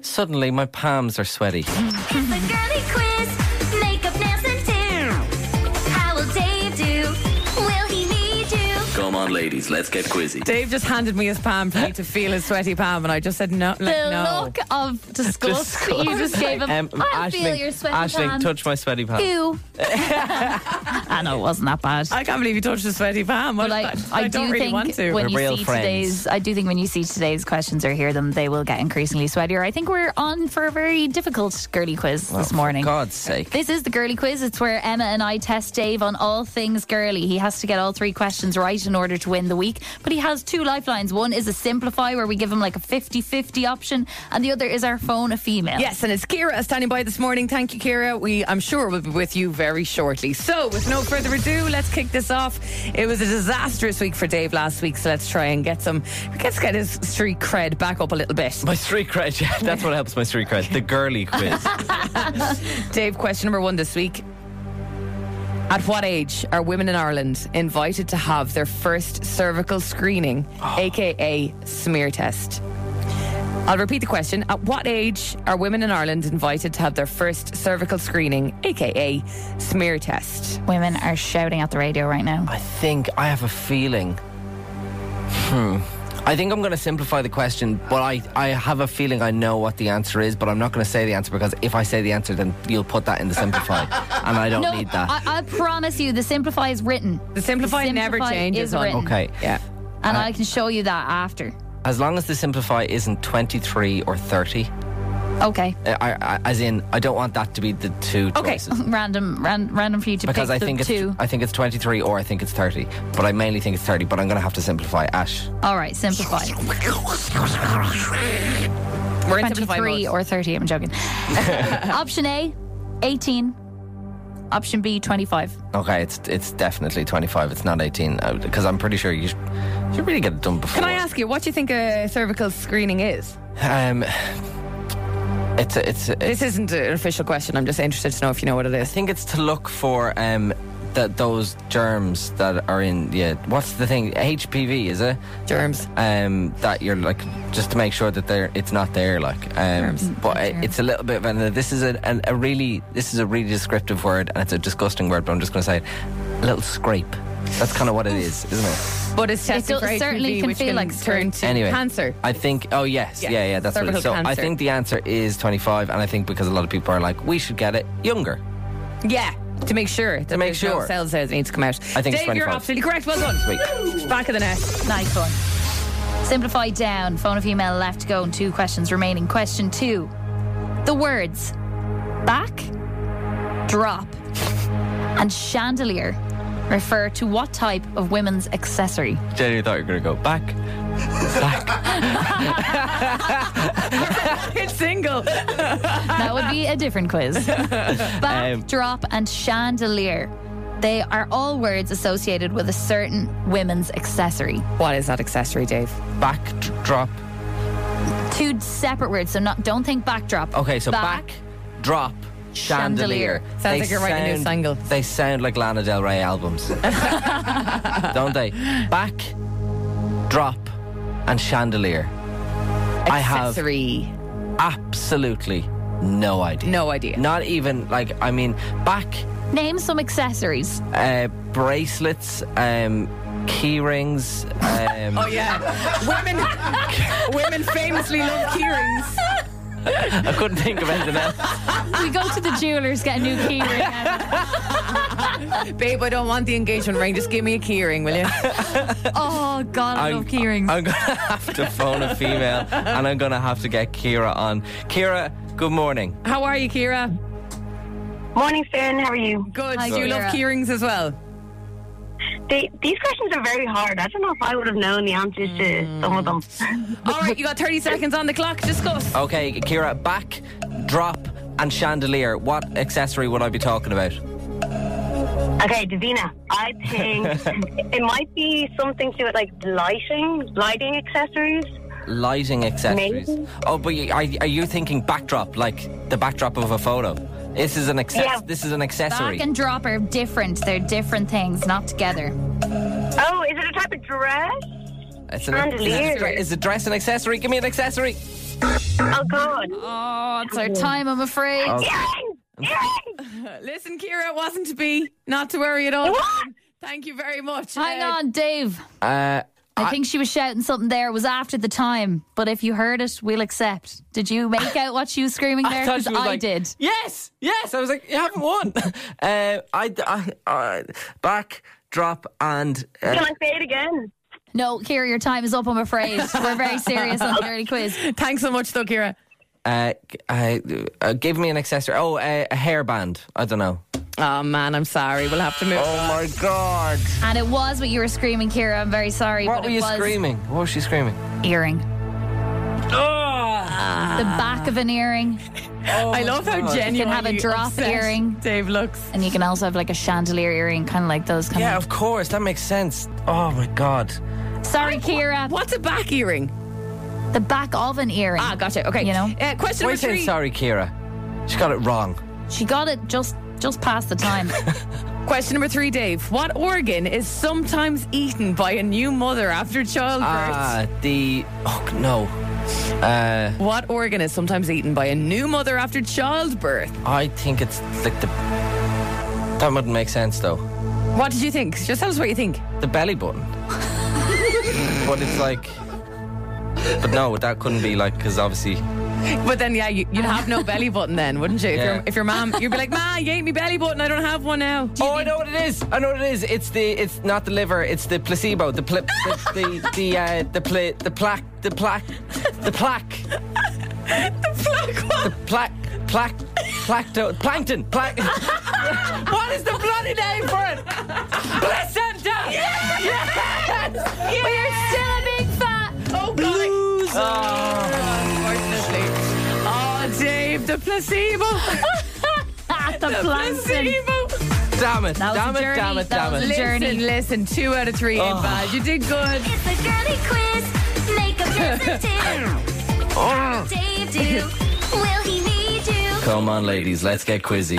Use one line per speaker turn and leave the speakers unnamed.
suddenly my palms are sweaty.
It's the girly quiz. Makeup, nails, and do. How will Dave do? Will he need you?
Come on, ladies, let's get quizzy.
Dave just handed me his palm for me to feel his sweaty palm, and I just said no. like,
The
no.
look of disgust Um,
Disgust.
you just gave him. I feel your sweaty
Aisling,
palm.
Um, touch my sweaty palm.
Ew. I know it wasn't that bad.
I can't believe you touched the sweaty palm. What
But
if
like,
that-
I,
I,
do
don't really
think
want to.
when
We're
you
real
see
friends.
today's, I do think when you see today's questions or hear them, they will get increasingly sweatier. I think we're on for a very difficult girly quiz this morning.
God's sake.
This is the girly quiz. It's where Emma and I test Dave on all things girly. He has to get all three questions right in order to win the week. But he has two lifelines. One is a simplify where we give him like a 50 50 option, and the other is our phone a female.
Yes, and it's Kira standing by this morning. Thank you, Kira. We, I'm sure, will be with you very shortly. So, with no further ado, let's kick this off. It was a disastrous week for Dave last week, so let's try and get some. Let's get his street cred back up a little bit.
My street cred, yeah, that's what helps my street cred. The girly quiz.
Dave, question number one this week. At what age are women in Ireland invited to have their first cervical screening, aka smear test? I'll repeat the question. At what age are women in Ireland invited to have their first cervical screening, aka smear test?
Women are shouting at the radio right now.
I think I have a feeling. Hmm. I think I'm going to simplify the question, but I, I have a feeling I know what the answer is, but I'm not going to say the answer because if I say the answer, then you'll put that in the simplify, and I don't
No,
need that.
I, I promise you, the simplify is written.
The simplify, never
Simplify
changes.
is
hon.
written.
okay. Uh,
Yeah.
And I can show you that after.
As long as the simplify isn't 23 or 30,
Okay.
uh, I, I, as in, I don't want that to be the two
Okay.
choices.
Random, ran, random for you to
Because
pick
I
the
think it's
two.
I think it's 23 or I think it's 30, but I mainly think it's 30. But I'm going to have to simplify. Ash,
All right, simplify.
We're in simplify
23
mode.
or 30, I'm joking. Option A, 18. Option B, 25.
okay, it's it's definitely 25. It's not 18 because I'm pretty sure you sh- you should really get it done before.
Can I ask you what do you think a cervical screening is?
Um, it's a, it's. A,
This isn't an official question. I'm just interested to know if you know what it
I
is.
think it's to look for um that those germs that are in yeah. What's the thing? HPV is it?
Germs.
Um, that you're like just to make sure that they're it's not there. Like um, but it, it's a little bit of an. uh, This is a, an a really this is a really descriptive word and it's a disgusting word. But I'm just going to say it. A little scrape. That's kind of what it is, isn't it?
But it's testing
It
for
certainly
HPV,
can
which
feel
can
like
turn to
Anyway,
cancer.
I think. Oh yes,
Yeah.
yeah, yeah. that's what it is. So
Cervical
I
cancer.
think the answer is 25, and I think because a lot of people are like, we should get it younger.
Yeah. To make sure that
make
there's no
sure.
cells there that need to come out.
I think it's
Dave, you're
25.
absolutely correct. Well done.
Sweet.
Back of the net.
Nice one. Simplify down. Phone of female left to go, and two questions remaining. Question two The words back, drop, and chandelier refer to what type of women's accessory?
Jenny, I thought you were going to go back.
It's single.
That would be a different quiz. Back,
Um,
drop, and chandelier. They are all words associated with a certain women's accessory.
what is that accessory, Dave?
back d- drop.
Two separate words, so not don't think backdrop.
Okay, so back, drop, chandelier.
Chandelier.
Sounds like you're writing a new single.
They sound like Lana Del Rey albums, don't they? Back, drop, and chandelier. I have
Accessory.
absolutely no idea.
No idea.
Not even like I mean back
Name some accessories.
uh, bracelets, um, key rings. Um,
Oh yeah. women women famously love key rings.
I couldn't think of anything else.
we go to the jewelers, get a new key ring. out.
Babe, I don't want the engagement ring. Just give me a key ring, will you?
Oh God, I love key rings.
I'm gonna have to phone a female, and I'm gonna have to get Kira on. Kira, good morning.
How are you, Kira?
Morning, Sharon. How are you?
Good.
Hi,
Do you love
Kira.
key rings as well?
They, these questions are very hard. I don't know if I would have known the answers to some of them.
All right, you got 30 seconds on the clock. Discuss.
Okay, Kira, back, drop, and chandelier. What accessory would I be talking about?
Okay, Davina, I think it might be something to do with like lighting, lighting accessories.
Lighting accessories.
Maybe.
Oh, but you- are, are you thinking backdrop, like the backdrop of a photo? This is an access.
Yeah.
This is an accessory.
Back and drop are different. They're different things, not together.
Oh, is it a type of dress?
it's an
chandelier.
Is a dress an accessory? Give me an accessory.
Oh, God.
Oh, it's our time, I'm afraid.
Oh.
Listen, Kira, it wasn't to be. Not to worry at all. Thank you very much.
Hang
Uh,
on, Dave.
Uh,
I, think she was shouting something there. It was after the time, but if you heard it, we'll accept. Did you make out what she was screaming there?
thought
'Cause
she was
I
like,
did.
Yes, yes. I was like, you haven't won. uh, I, I, I, back, drop, and uh,
Can I say it again?
No, Kira, your time is up, I'm afraid. We're very serious on the early quiz.
Thanks so much, though, Kira.
uh, I, uh, give me an accessory. Oh, uh, a hairband. I don't know.
Oh, man, I'm sorry. We'll have to move.
Oh my god!
And it was what you were screaming, Kira. I'm very sorry.
What
but
were
it
you
was
screaming? What was she screaming?
Earring.
Ah.
The back of an earring.
Oh
I love how genuine.
You can have a drop earring.
Dave looks.
And you can also have like a chandelier earring, kind of like those kind
Yeah, of course. That makes sense. Oh my god!
of. Sorry, Kira.
What's a back earring?
The back of an earring.
Ah, gotcha. Okay.
You know?
Uh, question
Wait,
number three.
saying sorry, Kira. She got it wrong.
She got it just just past the time.
Question number three, Dave. What organ is sometimes eaten by a new mother after childbirth?
Ah, the oh no. Uh,
what organ is sometimes eaten by a new mother after childbirth?
I think it's like the. That wouldn't make sense though.
What did you think? Just tell us what you think.
The belly button. but it's like. But no, that couldn't be like because obviously.
But then, yeah, you, you'd have no belly button then, wouldn't you? If,
Yeah.
your, if your mom, you'd be like, Ma, you ate me belly button. I don't have one now.
Oh, I know what it is. I know what it is. It's the. It's not the liver. It's the placebo. The pl- the the the uh, the, pla- the plaque. The plaque. The plaque. The plaque. Plaque. Plaque. Plankton. Plaque. what is the bloody name for it? Placenta. Yes.
We're still a big fat.
Oh, God.
Loser. Oh,
Unfortunately. Oh, Dave, the placebo.
At the Plankton.
placebo.
Damn it.
was a
Damn it.
journey.
Damn it.
That
Damn
was a
it.
Journey.
Listen, listen, two out of three ain't bad. You did good.
It's the girly quiz. Makeup doesn't
Oh.
do. Dave do. Will he need you?
Come on, ladies, let's get quizzy.